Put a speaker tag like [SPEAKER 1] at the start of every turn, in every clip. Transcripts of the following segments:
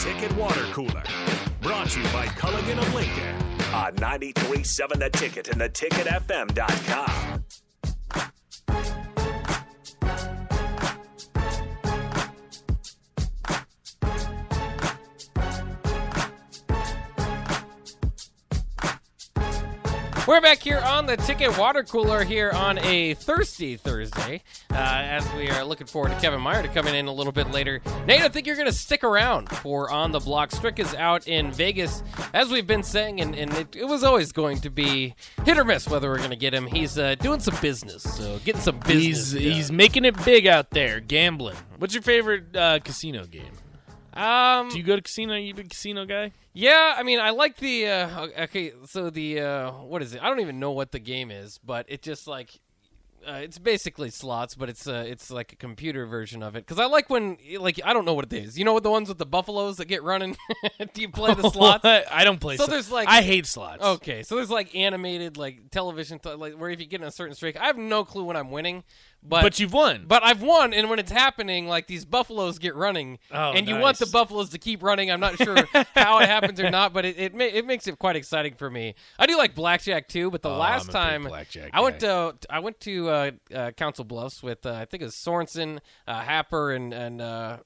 [SPEAKER 1] Ticket Water Cooler. Brought to you by Culligan of Lincoln on 937 The Ticket and theticketfm.com.
[SPEAKER 2] We're back here on the Ticket Water Cooler here on a thirsty Thursday, uh, as we are looking forward to Kevin Meyer to coming in a little bit later. Nate, I think you're going to stick around for On the Block. Strick is out in Vegas, as we've been saying, and, and it, it was always going to be hit or miss whether we're going to get him. He's uh, doing some business, so getting some business.
[SPEAKER 3] He's
[SPEAKER 2] done.
[SPEAKER 3] he's making it big out there, gambling. What's your favorite uh, casino game?
[SPEAKER 2] um,
[SPEAKER 3] Do you go to casino? You big casino guy?
[SPEAKER 2] Yeah, I mean, I like the uh, okay. So the uh, what is it? I don't even know what the game is, but it just like uh, it's basically slots, but it's uh, it's like a computer version of it. Because I like when like I don't know what it is. You know what the ones with the buffaloes that get running? Do you play the slots?
[SPEAKER 3] I don't play.
[SPEAKER 2] So
[SPEAKER 3] sl-
[SPEAKER 2] there's like- Oh,
[SPEAKER 3] I hate slots.
[SPEAKER 2] Okay, so there's like animated like television th- like where if you get in a certain streak, I have no clue when I'm winning, but
[SPEAKER 3] but you've won.
[SPEAKER 2] But I've won, and when it's happening, like these buffaloes get running,
[SPEAKER 3] Oh,
[SPEAKER 2] and you
[SPEAKER 3] nice.
[SPEAKER 2] want the buffaloes to keep running. I'm not sure how it happens or not, but it it, ma- it makes it quite exciting for me. I do like blackjack too, but the
[SPEAKER 3] Oh,
[SPEAKER 2] last
[SPEAKER 3] I'm a big
[SPEAKER 2] time
[SPEAKER 3] blackjack
[SPEAKER 2] I went
[SPEAKER 3] guy.
[SPEAKER 2] to I went to uh, uh, Council Bluffs with uh, I think it was Sorensen, uh, Happer, and and. Uh,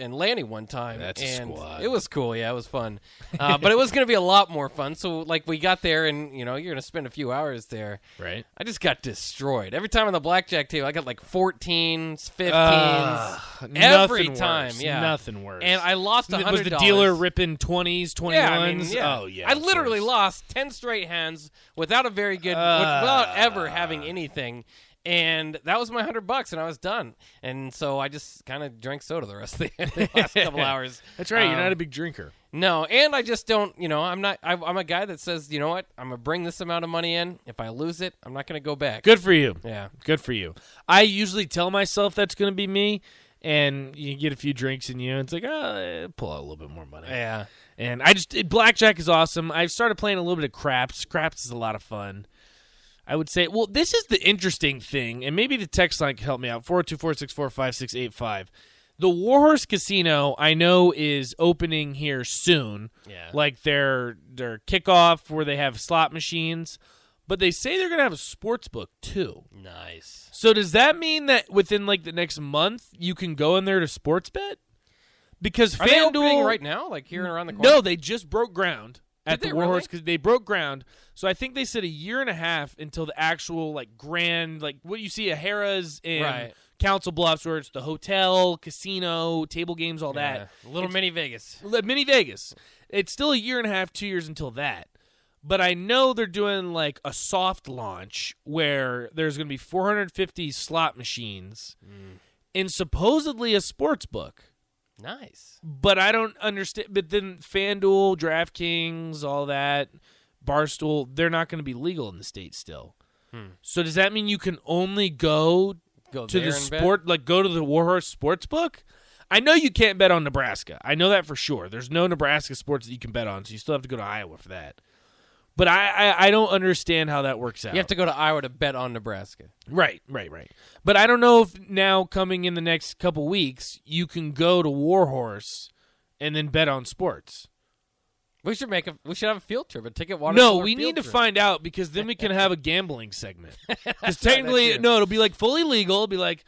[SPEAKER 2] and Lanny one time.
[SPEAKER 3] That's a
[SPEAKER 2] and
[SPEAKER 3] squad.
[SPEAKER 2] It was cool. Yeah, it was fun. Uh, but it was going to be a lot more fun. So, like, we got there, and, you know, you're going to spend a few hours there.
[SPEAKER 3] right.
[SPEAKER 2] I just got destroyed. Every time on the blackjack table, I got like 14s, 15s.
[SPEAKER 3] Uh,
[SPEAKER 2] every
[SPEAKER 3] nothing
[SPEAKER 2] time,
[SPEAKER 3] worse.
[SPEAKER 2] yeah.
[SPEAKER 3] nothing worse.
[SPEAKER 2] And I lost $100.
[SPEAKER 3] was the dealer ripping twenties, twenty
[SPEAKER 2] yeah, I
[SPEAKER 3] ones?
[SPEAKER 2] mean, yeah.
[SPEAKER 3] Oh yeah,
[SPEAKER 2] I
[SPEAKER 3] of
[SPEAKER 2] literally
[SPEAKER 3] course.
[SPEAKER 2] lost 10 straight hands without a very good, without ever having anything. And that was my 100 bucks, and I was done. And so I just kind of drank soda the rest of the, the last couple hours.
[SPEAKER 3] That's right.
[SPEAKER 2] Um,
[SPEAKER 3] you're not a big drinker.
[SPEAKER 2] no, and I just don't. You know, I'm not. I, I'm a guy that says, you know what? I'm gonna bring this amount of money in. If I lose it, I'm not gonna go back.
[SPEAKER 3] Good for you.
[SPEAKER 2] Yeah.
[SPEAKER 3] Good for you. I usually tell myself that's going to be me, and you get a few drinks in you, and it's like, oh, eh, pull out a little bit more money.
[SPEAKER 2] Yeah.
[SPEAKER 3] And I just it, blackjack is awesome. I've started playing a little bit of craps. Craps is a lot of fun. I would say, well, this is the interesting thing, and maybe the text line can help me out. Four two four six four five six eight five. The Warhorse Casino, I know, is opening here soon.
[SPEAKER 2] Yeah.
[SPEAKER 3] like their their kickoff where they have slot machines, but they say they're gonna have a sports book too.
[SPEAKER 2] Nice.
[SPEAKER 3] So does that mean that within like the next month you can go in there to sports bet? Because
[SPEAKER 2] Are they opening
[SPEAKER 3] FanDuel
[SPEAKER 2] right now? Like here and around the corner?
[SPEAKER 3] No, they just broke ground at
[SPEAKER 2] Did they
[SPEAKER 3] the Warhorse
[SPEAKER 2] really?
[SPEAKER 3] because they broke ground. So I think they said a year and a half until the actual like grand like what you see at Harrah's in
[SPEAKER 2] Right.
[SPEAKER 3] Council Bluffs where it's the hotel, casino, table games, all that.
[SPEAKER 2] Yeah. Little mini Vegas.
[SPEAKER 3] Le- Mini Vegas. It's still a year and a half, two years until that. But I know they're doing like a soft launch where there's going to be 450 slot machines
[SPEAKER 2] Mm.
[SPEAKER 3] and supposedly a sports book.
[SPEAKER 2] Nice.
[SPEAKER 3] But I don't understand. But then FanDuel, DraftKings, all that, Barstool, they're not going to be legal in the state still. So does that mean you can only go
[SPEAKER 2] Go
[SPEAKER 3] to
[SPEAKER 2] Hmm. there
[SPEAKER 3] the
[SPEAKER 2] and bet.
[SPEAKER 3] sport, like go to the Warhorse sports book. I know you can't bet on Nebraska. I know that for sure. There's no Nebraska sports that you can bet on, so you still have to go to Iowa for that. But I, I, I don't understand how that works out.
[SPEAKER 2] You have to go to Iowa to bet on Nebraska.
[SPEAKER 3] right, right, right. But I don't know if now coming in the next couple weeks you can go to Warhorse and then bet on sports.
[SPEAKER 2] We should make a. We should have a field trip. A ticket water.
[SPEAKER 3] No,
[SPEAKER 2] cooler
[SPEAKER 3] we
[SPEAKER 2] field
[SPEAKER 3] need to
[SPEAKER 2] trip.
[SPEAKER 3] find out because then we can have a gambling segment. Because technically,
[SPEAKER 2] true.
[SPEAKER 3] no, it'll be like fully legal. It'll be like,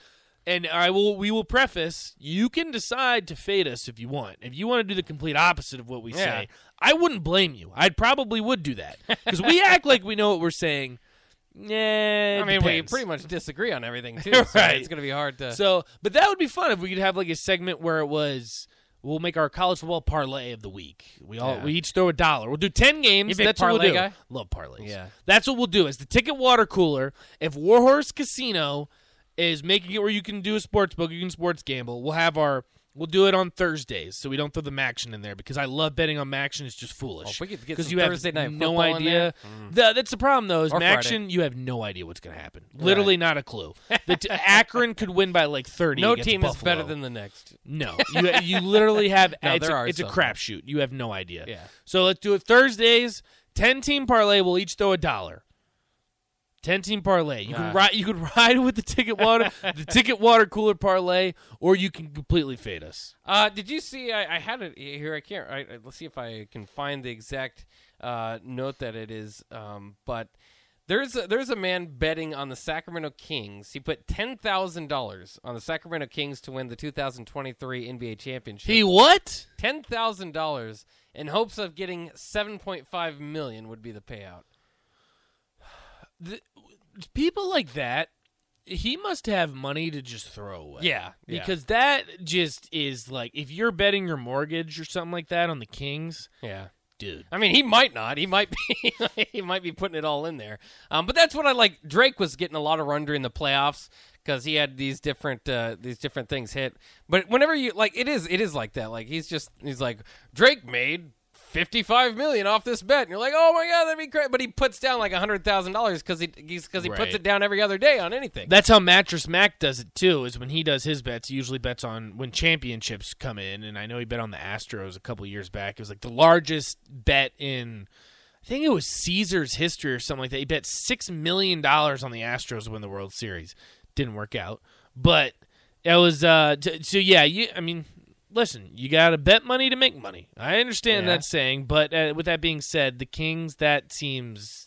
[SPEAKER 3] and I will. We will preface. You can decide to fade us if you want. If you want to do the complete opposite of what we
[SPEAKER 2] Yeah.
[SPEAKER 3] say, I wouldn't blame you. I probably would do that because we act like we know what we're saying. Yeah,
[SPEAKER 2] I mean, we pretty much disagree on everything too. so
[SPEAKER 3] Right.
[SPEAKER 2] It's gonna be hard to.
[SPEAKER 3] So, but that would be fun if we could have like a segment where it was. We'll make our college football parlay of the week. We all
[SPEAKER 2] Yeah.
[SPEAKER 3] we each throw a dollar. We'll do ten games.
[SPEAKER 2] You big
[SPEAKER 3] That's what
[SPEAKER 2] parlay
[SPEAKER 3] we'll do.
[SPEAKER 2] guy?
[SPEAKER 3] Love parlays.
[SPEAKER 2] Yeah.
[SPEAKER 3] that's what we'll do. Is the ticket water cooler? If Warhorse Casino is making it where you can do a sports book, you can sports gamble. We'll have our. We'll do it on Thursdays, so we don't throw the Maction in there because I love betting on Maction. It's just
[SPEAKER 2] Oh,
[SPEAKER 3] foolish.
[SPEAKER 2] if we could get
[SPEAKER 3] because
[SPEAKER 2] some
[SPEAKER 3] you have
[SPEAKER 2] Thursday night
[SPEAKER 3] no
[SPEAKER 2] football in
[SPEAKER 3] idea. The- that's the problem though. Is
[SPEAKER 2] Or Friday.
[SPEAKER 3] Maction, you have no idea what's going to happen. Literally, not a clue. The t- Akron could win by like thirty.
[SPEAKER 2] no
[SPEAKER 3] against
[SPEAKER 2] team is better
[SPEAKER 3] Buffalo.
[SPEAKER 2] than the next.
[SPEAKER 3] No, you, you literally have.
[SPEAKER 2] No,
[SPEAKER 3] it's
[SPEAKER 2] there
[SPEAKER 3] a,
[SPEAKER 2] are
[SPEAKER 3] it's a
[SPEAKER 2] some.
[SPEAKER 3] crapshoot. You have no idea.
[SPEAKER 2] Yeah.
[SPEAKER 3] So let's do it Thursdays. Ten team parlay. We'll each throw a dollar. Ten team parlay. You
[SPEAKER 2] Nah.
[SPEAKER 3] can ride. You could ride with the ticket water, the ticket water cooler parlay, or you can completely fade us.
[SPEAKER 2] Uh, did you see? I, I had it here. I can't. I, I- let's see if I can find the exact uh, note that it is. Um, but there's a, there's a man betting on the Sacramento Kings. He put ten thousand dollars on the Sacramento Kings to win the 2023 NBA championship.
[SPEAKER 3] He what?
[SPEAKER 2] ten thousand dollars in hopes of getting seven point five million would be the payout.
[SPEAKER 3] People like that. He must have money to just throw away.
[SPEAKER 2] Yeah,
[SPEAKER 3] Because that just is like if you're betting your mortgage or something like that on the Kings,
[SPEAKER 2] yeah.
[SPEAKER 3] dude.
[SPEAKER 2] I mean, he might not. He might be. he might be putting it all in there. Um, but that's what I like. Drake was getting a lot of run during the playoffs because he had these different uh, these different things hit. But whenever you like, it is it is like that. Like he's just he's like Drake made. 55 million off this bet and you're like oh my god that'd be great but he puts down like $100000 because he he's, cause he
[SPEAKER 3] Right.
[SPEAKER 2] puts it down every other day on anything
[SPEAKER 3] That's how Mattress Mac does it too. Is when he does his bets, he usually bets on when championships come in. And I know he bet on the Astros a couple years back. It was like the largest bet in, I think it was Caesar's history or something like that. He bet six million dollars on the Astros to win the World Series. Didn't work out, but that was uh. T- so yeah, you. I mean, listen, you got to bet money to make money. I understand
[SPEAKER 2] Yeah.
[SPEAKER 3] that saying, but uh, with that being said, the Kings that seems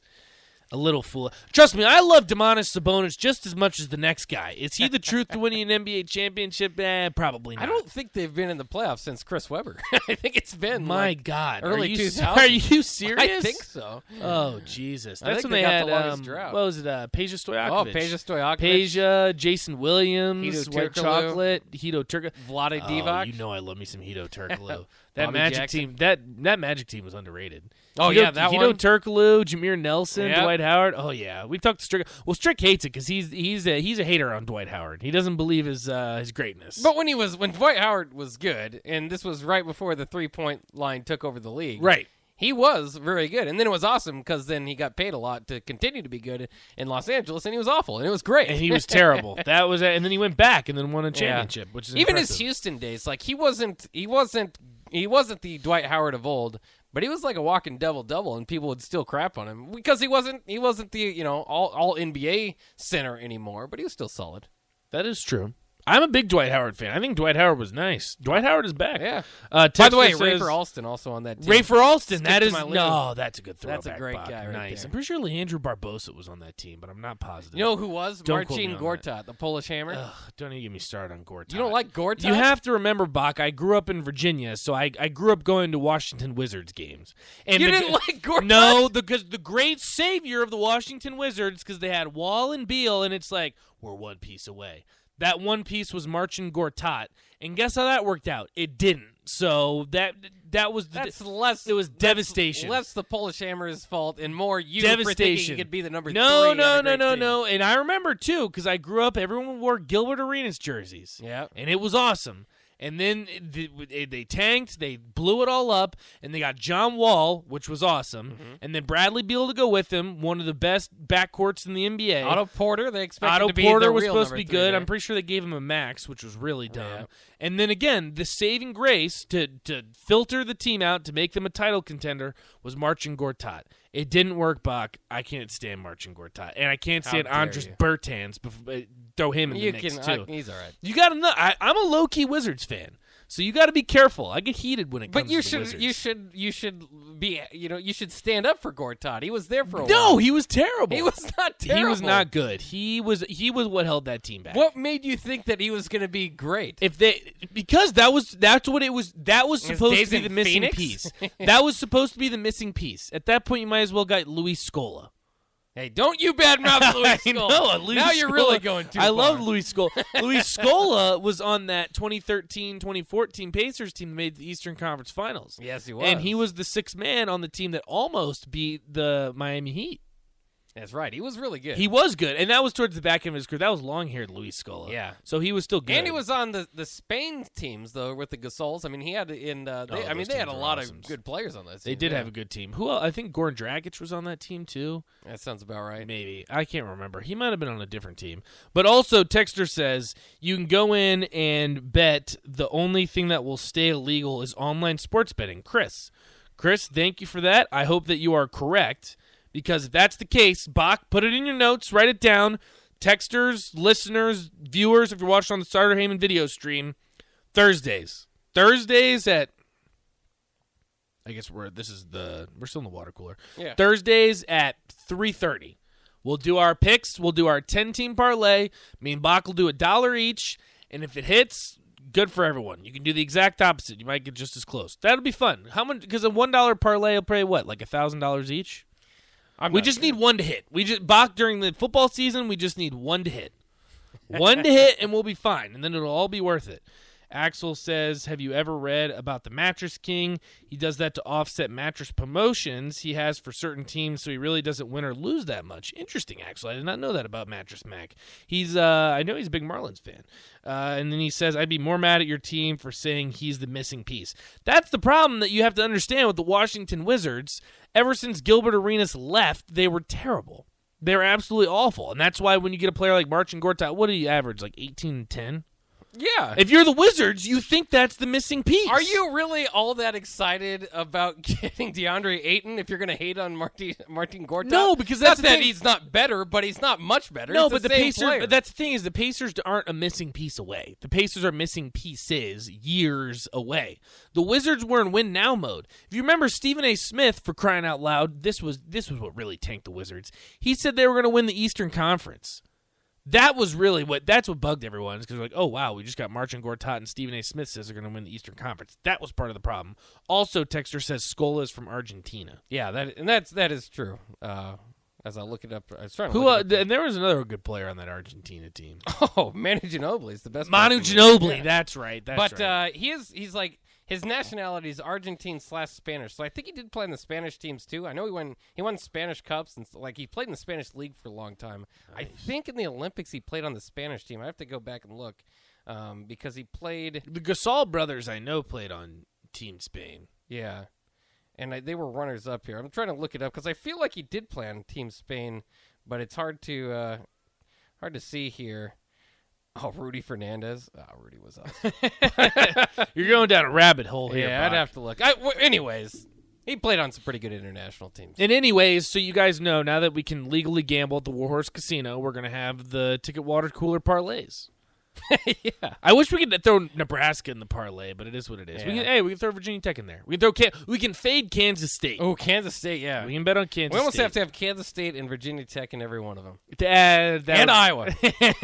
[SPEAKER 3] a little fool. Trust me, I love Demonis Sabonis just as much as the next guy. Is he the truth to winning an NBA championship? Eh, probably not.
[SPEAKER 2] I don't think they've been in the playoffs since Chris Webber. I think it's been
[SPEAKER 3] My
[SPEAKER 2] like,
[SPEAKER 3] God,
[SPEAKER 2] early
[SPEAKER 3] are you,
[SPEAKER 2] 2000s.
[SPEAKER 3] Are you serious?
[SPEAKER 2] I think so.
[SPEAKER 3] Oh Jesus,
[SPEAKER 2] I
[SPEAKER 3] that's
[SPEAKER 2] think
[SPEAKER 3] when
[SPEAKER 2] they
[SPEAKER 3] they,
[SPEAKER 2] got
[SPEAKER 3] had
[SPEAKER 2] the longest
[SPEAKER 3] um,
[SPEAKER 2] drought.
[SPEAKER 3] what was it? Uh, Peja
[SPEAKER 2] Oh,
[SPEAKER 3] Stojakovic,
[SPEAKER 2] Peja Stojakovic,
[SPEAKER 3] Peja, Jason Williams,
[SPEAKER 2] Hedo
[SPEAKER 3] White
[SPEAKER 2] Turkoglu.
[SPEAKER 3] Chocolate, Hito Turk.
[SPEAKER 2] Vlade
[SPEAKER 3] Oh,
[SPEAKER 2] Divac.
[SPEAKER 3] you know I love me some Hito Turkoglu. that
[SPEAKER 2] Bobby
[SPEAKER 3] Magic
[SPEAKER 2] Jackson.
[SPEAKER 3] team, that that Magic team was underrated.
[SPEAKER 2] Oh,
[SPEAKER 3] Hito,
[SPEAKER 2] yeah, that
[SPEAKER 3] Hito
[SPEAKER 2] one.
[SPEAKER 3] Turkoglu, Jameer Nelson,
[SPEAKER 2] Yep.
[SPEAKER 3] Dwight Howard. Oh yeah, we talked to Strick. Well, Strick hates it because he's he's a he's a hater on Dwight Howard. He doesn't believe his uh, his greatness.
[SPEAKER 2] But when he was when Dwight Howard was good, and this was right before the three point line took over the league,
[SPEAKER 3] right.
[SPEAKER 2] He was very good, and then it was awesome because then he got paid a lot to continue to be good in Los Angeles, and he was awful, and it was great.
[SPEAKER 3] And he was terrible. That was, and then he went back and then won a championship, which is
[SPEAKER 2] even his
[SPEAKER 3] impressive.
[SPEAKER 2] Houston days, like he wasn't, he wasn't, he wasn't the Dwight Howard of old, but he was like a walking double double, and people would still crap on him because he wasn't, he wasn't the you know all all NBA center anymore, but he was still solid.
[SPEAKER 3] That is true. I'm a big Dwight Howard fan. I think Dwight Howard was nice. Dwight Howard is back.
[SPEAKER 2] Yeah.
[SPEAKER 3] Uh,
[SPEAKER 2] By the way,
[SPEAKER 3] Texter says-
[SPEAKER 2] Rafer Alston also on that team.
[SPEAKER 3] Rafer Alston.
[SPEAKER 2] Skip
[SPEAKER 3] that
[SPEAKER 2] to
[SPEAKER 3] is
[SPEAKER 2] my list.
[SPEAKER 3] no. That's a good throwback.
[SPEAKER 2] That's a great
[SPEAKER 3] Bach.
[SPEAKER 2] guy right
[SPEAKER 3] Nice.
[SPEAKER 2] there.
[SPEAKER 3] I'm pretty sure Leandro Barbosa was on that team, but I'm not positive.
[SPEAKER 2] you know who was
[SPEAKER 3] Don't quote me
[SPEAKER 2] Marcin
[SPEAKER 3] on that.
[SPEAKER 2] Gortat, the Polish Hammer.
[SPEAKER 3] Ugh, don't even get me started on Gortat.
[SPEAKER 2] You don't like Gortat?
[SPEAKER 3] You have to remember, Bach. I grew up in Virginia, so I, I grew up going to Washington Wizards games. And
[SPEAKER 2] You
[SPEAKER 3] the-
[SPEAKER 2] didn't like Gortat?
[SPEAKER 3] No, because the great savior of the Washington Wizards, because they had Wall and Beal, and it's like we're one piece away. That one piece was Marcin Gortat, and guess how that worked out? It didn't. So that that was the,
[SPEAKER 2] That's less.
[SPEAKER 3] it was devastation.
[SPEAKER 2] Less the Polish Hammer's fault and more you for thinking
[SPEAKER 3] devastation.
[SPEAKER 2] you could be the number three.
[SPEAKER 3] no, No,
[SPEAKER 2] on a
[SPEAKER 3] no,
[SPEAKER 2] great
[SPEAKER 3] no,
[SPEAKER 2] team.
[SPEAKER 3] no. And I remember too, because I grew up. Everyone wore Gilbert Arenas jerseys.
[SPEAKER 2] Yep.
[SPEAKER 3] and it was awesome. And then it- they- they tanked, they blew it all up, and they got John Wall, which was awesome,
[SPEAKER 2] Mm-hmm.
[SPEAKER 3] and then Bradley Beal to go with him, one of the best backcourts in the NBA.
[SPEAKER 2] Otto Porter, they expected
[SPEAKER 3] Otto
[SPEAKER 2] to be
[SPEAKER 3] Porter
[SPEAKER 2] the
[SPEAKER 3] was
[SPEAKER 2] real
[SPEAKER 3] supposed to
[SPEAKER 2] number
[SPEAKER 3] be
[SPEAKER 2] three
[SPEAKER 3] good.
[SPEAKER 2] there. Oh,
[SPEAKER 3] I'm pretty sure they gave him a max, which was really dumb. And then again, the saving grace to to filter the team out to make them a title contender was Marcin Gortat. It didn't work, Bach. I can't stand Marcin Gortat, and I can't
[SPEAKER 2] How
[SPEAKER 3] stand
[SPEAKER 2] dare
[SPEAKER 3] Andres
[SPEAKER 2] you.
[SPEAKER 3] Bertans. Before, throw him in the
[SPEAKER 2] you
[SPEAKER 3] mix
[SPEAKER 2] can.
[SPEAKER 3] too.
[SPEAKER 2] I, he's all right.
[SPEAKER 3] you got to know. I, I'm a low key Wizards fan, so you got to be careful. I get heated when it comes.
[SPEAKER 2] But you
[SPEAKER 3] to the
[SPEAKER 2] should,
[SPEAKER 3] Wizards.
[SPEAKER 2] you should, you should be, you know, you should stand up for Gortat. He was there for a
[SPEAKER 3] No,
[SPEAKER 2] while.
[SPEAKER 3] he was terrible.
[SPEAKER 2] he was not
[SPEAKER 3] He was
[SPEAKER 2] terrible.
[SPEAKER 3] not good. He was. He was what held that team back.
[SPEAKER 2] What made you think that he was going to be great?
[SPEAKER 3] If they because that was that's what it was that was
[SPEAKER 2] His
[SPEAKER 3] supposed
[SPEAKER 2] days
[SPEAKER 3] to be
[SPEAKER 2] in
[SPEAKER 3] the missing
[SPEAKER 2] Phoenix?
[SPEAKER 3] piece. that was supposed to be the missing piece. At that point, you might as well got Luis Scola.
[SPEAKER 2] hey, don't you badmouth Luis
[SPEAKER 3] I
[SPEAKER 2] Scola.
[SPEAKER 3] know, Luis
[SPEAKER 2] now you're really
[SPEAKER 3] Scola-
[SPEAKER 2] going too
[SPEAKER 3] I
[SPEAKER 2] far.
[SPEAKER 3] love Luis Scola. Luis Scola was on that 2013-2014 Pacers team that made the Eastern Conference Finals.
[SPEAKER 2] Yes, he was.
[SPEAKER 3] And he was the sixth man on the team that almost beat the Miami Heat.
[SPEAKER 2] That's right. He was really good.
[SPEAKER 3] He was good, and that was towards the back end of his career. That was long-haired Luis Scola.
[SPEAKER 2] Yeah.
[SPEAKER 3] so he was still good.
[SPEAKER 2] And he was on the, the Spain teams though with the Gasols. I mean, he had in uh, they,
[SPEAKER 3] Oh,
[SPEAKER 2] I mean
[SPEAKER 3] those
[SPEAKER 2] they had a
[SPEAKER 3] teams were
[SPEAKER 2] lot
[SPEAKER 3] awesome.
[SPEAKER 2] of good players on that.
[SPEAKER 3] They
[SPEAKER 2] team,
[SPEAKER 3] did
[SPEAKER 2] yeah.
[SPEAKER 3] have a good team. Who else? I think Goran Dragic was on that team too.
[SPEAKER 2] That sounds about right.
[SPEAKER 3] Maybe. I can't remember. He might have been on a different team. But also, Texter says you can go in and bet the only thing that will stay illegal is online sports betting. Chris. Chris, thank you for that. I hope that you are correct Because if that's the case, Bach, put it in your notes, write it down. Texters, listeners, viewers, if you're watching on the Starter Heyman video stream, Thursdays. Thursdays at I guess we're this is the we're still in the water cooler.
[SPEAKER 2] Yeah.
[SPEAKER 3] Thursdays at three thirty. We'll do our picks. We'll do our ten team parlay. Me and Bach will do a dollar each, and if it hits, good for everyone. You can do the exact opposite. You might get just as close. That'll be fun. How much? Because a one dollar parlay will pay what, like a thousand dollars each.
[SPEAKER 2] I'm
[SPEAKER 3] We
[SPEAKER 2] not
[SPEAKER 3] just
[SPEAKER 2] sure.
[SPEAKER 3] need one to hit. We just Bach during the football season. We just need one to hit, one to hit, and we'll be fine. And then it'll all be worth it. Axel says, "Have you ever read about the Mattress King? He does that to offset mattress promotions he has for certain teams, so he really doesn't win or lose that much." Interesting, Axel. I did not know that about Mattress Mac. He's, uh, I know he's a big Marlins fan. Uh, and then he says, "I'd be more mad at your team for saying he's the missing piece." That's the problem that you have to understand with the Washington Wizards. Ever since Gilbert Arenas left, they were terrible. They were absolutely awful, and that's why when you get a player like Marcin Gortat, what do you average like eighteen and ten?
[SPEAKER 2] Yeah.
[SPEAKER 3] If you're the Wizards, you think that's the missing piece.
[SPEAKER 2] Are you really all that excited about getting DeAndre Ayton if you're going to hate on Martin Martin Gortat?
[SPEAKER 3] No, because
[SPEAKER 2] Not
[SPEAKER 3] that's the
[SPEAKER 2] that
[SPEAKER 3] thing.
[SPEAKER 2] he's not better, but he's not much better.
[SPEAKER 3] No,
[SPEAKER 2] It's
[SPEAKER 3] but the,
[SPEAKER 2] same
[SPEAKER 3] Pacers.
[SPEAKER 2] player.
[SPEAKER 3] But that's the thing is the Pacers aren't a missing piece away. The Pacers are missing pieces years away. The Wizards were in win now mode. If you remember Stephen A. Smith for crying out loud, this was this was what really tanked the Wizards. He said they were going to win the Eastern Conference. That was really what that's what bugged everyone because like oh wow we just got Marcin Gortat and Stephen A. Smith says they're going to win the Eastern Conference. That was part of the problem. Also, Texter says Scola is from Argentina.
[SPEAKER 2] yeah, that and that's that is true. Uh, as I look it up, I was trying to
[SPEAKER 3] Who
[SPEAKER 2] look
[SPEAKER 3] uh,
[SPEAKER 2] it
[SPEAKER 3] th- and there was another good player on that Argentina team.
[SPEAKER 2] up. Oh, Manu Ginobili is the best.
[SPEAKER 3] Manu
[SPEAKER 2] person.
[SPEAKER 3] Ginobili. That's right. That's
[SPEAKER 2] But
[SPEAKER 3] right.
[SPEAKER 2] uh, he is he's like his nationality is Argentine slash Spanish. So I think he did play in the Spanish teams too. I know he won he won Spanish cups and s- like he played in the Spanish league for a long time. I think in the Olympics he played on the Spanish team. I have to go back and look um, because he played
[SPEAKER 3] the Gasol brothers I know played on Team Spain.
[SPEAKER 2] yeah. And I, they were runners up here. I'm trying to look it up because I feel like he did play on Team Spain, but it's hard to uh, hard to see here. Oh, Rudy Fernandez. Oh, Rudy was awesome.
[SPEAKER 3] You're going down a rabbit hole here.
[SPEAKER 2] Yeah, I'd
[SPEAKER 3] Brock.
[SPEAKER 2] have to look. I, w- anyways, he played on some pretty good international teams.
[SPEAKER 3] And anyways, so you guys know now that we can legally gamble at the Warhorse Casino, we're gonna have the ticket water cooler parlays. yeah, I wish we could throw Nebraska in the parlay, but it is what it is. We
[SPEAKER 2] Yeah.
[SPEAKER 3] can, hey, we can throw Virginia Tech in there. We can throw Can- we can fade Kansas State.
[SPEAKER 2] Oh, Kansas State, yeah.
[SPEAKER 3] We
[SPEAKER 2] We,
[SPEAKER 3] can bet on Kansas.
[SPEAKER 2] almost
[SPEAKER 3] State.
[SPEAKER 2] have to have Kansas State and Virginia Tech in every one of them.
[SPEAKER 3] to add uh, that
[SPEAKER 2] And
[SPEAKER 3] would-
[SPEAKER 2] Iowa.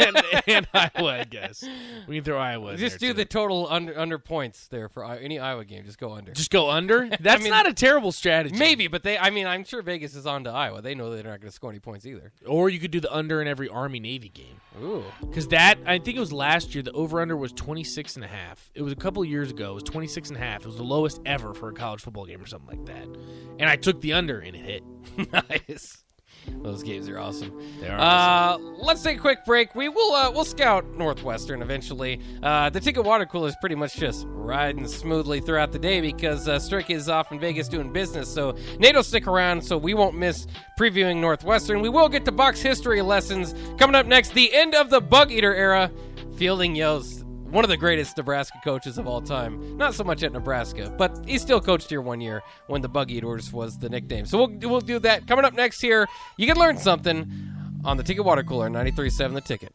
[SPEAKER 3] and, and Iowa, I guess. We can throw Iowa. in
[SPEAKER 2] Just
[SPEAKER 3] there
[SPEAKER 2] do
[SPEAKER 3] too.
[SPEAKER 2] the total under under points there for I- any Iowa game. Just go under.
[SPEAKER 3] Just go under. That's
[SPEAKER 2] mean-
[SPEAKER 3] not a terrible strategy.
[SPEAKER 2] Maybe, but they. I mean, I'm sure Vegas is on to Iowa. They know they're not going to score any points either.
[SPEAKER 3] or you could do the under in every Army Navy game
[SPEAKER 2] Ooh,
[SPEAKER 3] because that I think it was last year the over under was 26 and a half. It was a couple years ago. It was 26 and a half. It was the lowest ever for a college football game or something like that. And I took the under and it hit.
[SPEAKER 2] nice. Those games are awesome.
[SPEAKER 3] They are
[SPEAKER 2] Uh, let's take a quick break. We will uh, we'll scout Northwestern eventually. Uh, the ticket water cooler is pretty much just riding smoothly throughout the day because uh, Strick is off in Vegas doing business. So NATO stick around so we won't miss previewing Northwestern. We will get to box history lessons coming up next. The end of the bug eater era. Fielding yells one of the greatest Nebraska coaches of all time. Not so much at Nebraska, but he still coached here one year when the Bug Eaters was the nickname. So we'll, we'll do that. Coming up next here, you can learn something on the Ticket Water Cooler, 93.7 The Ticket.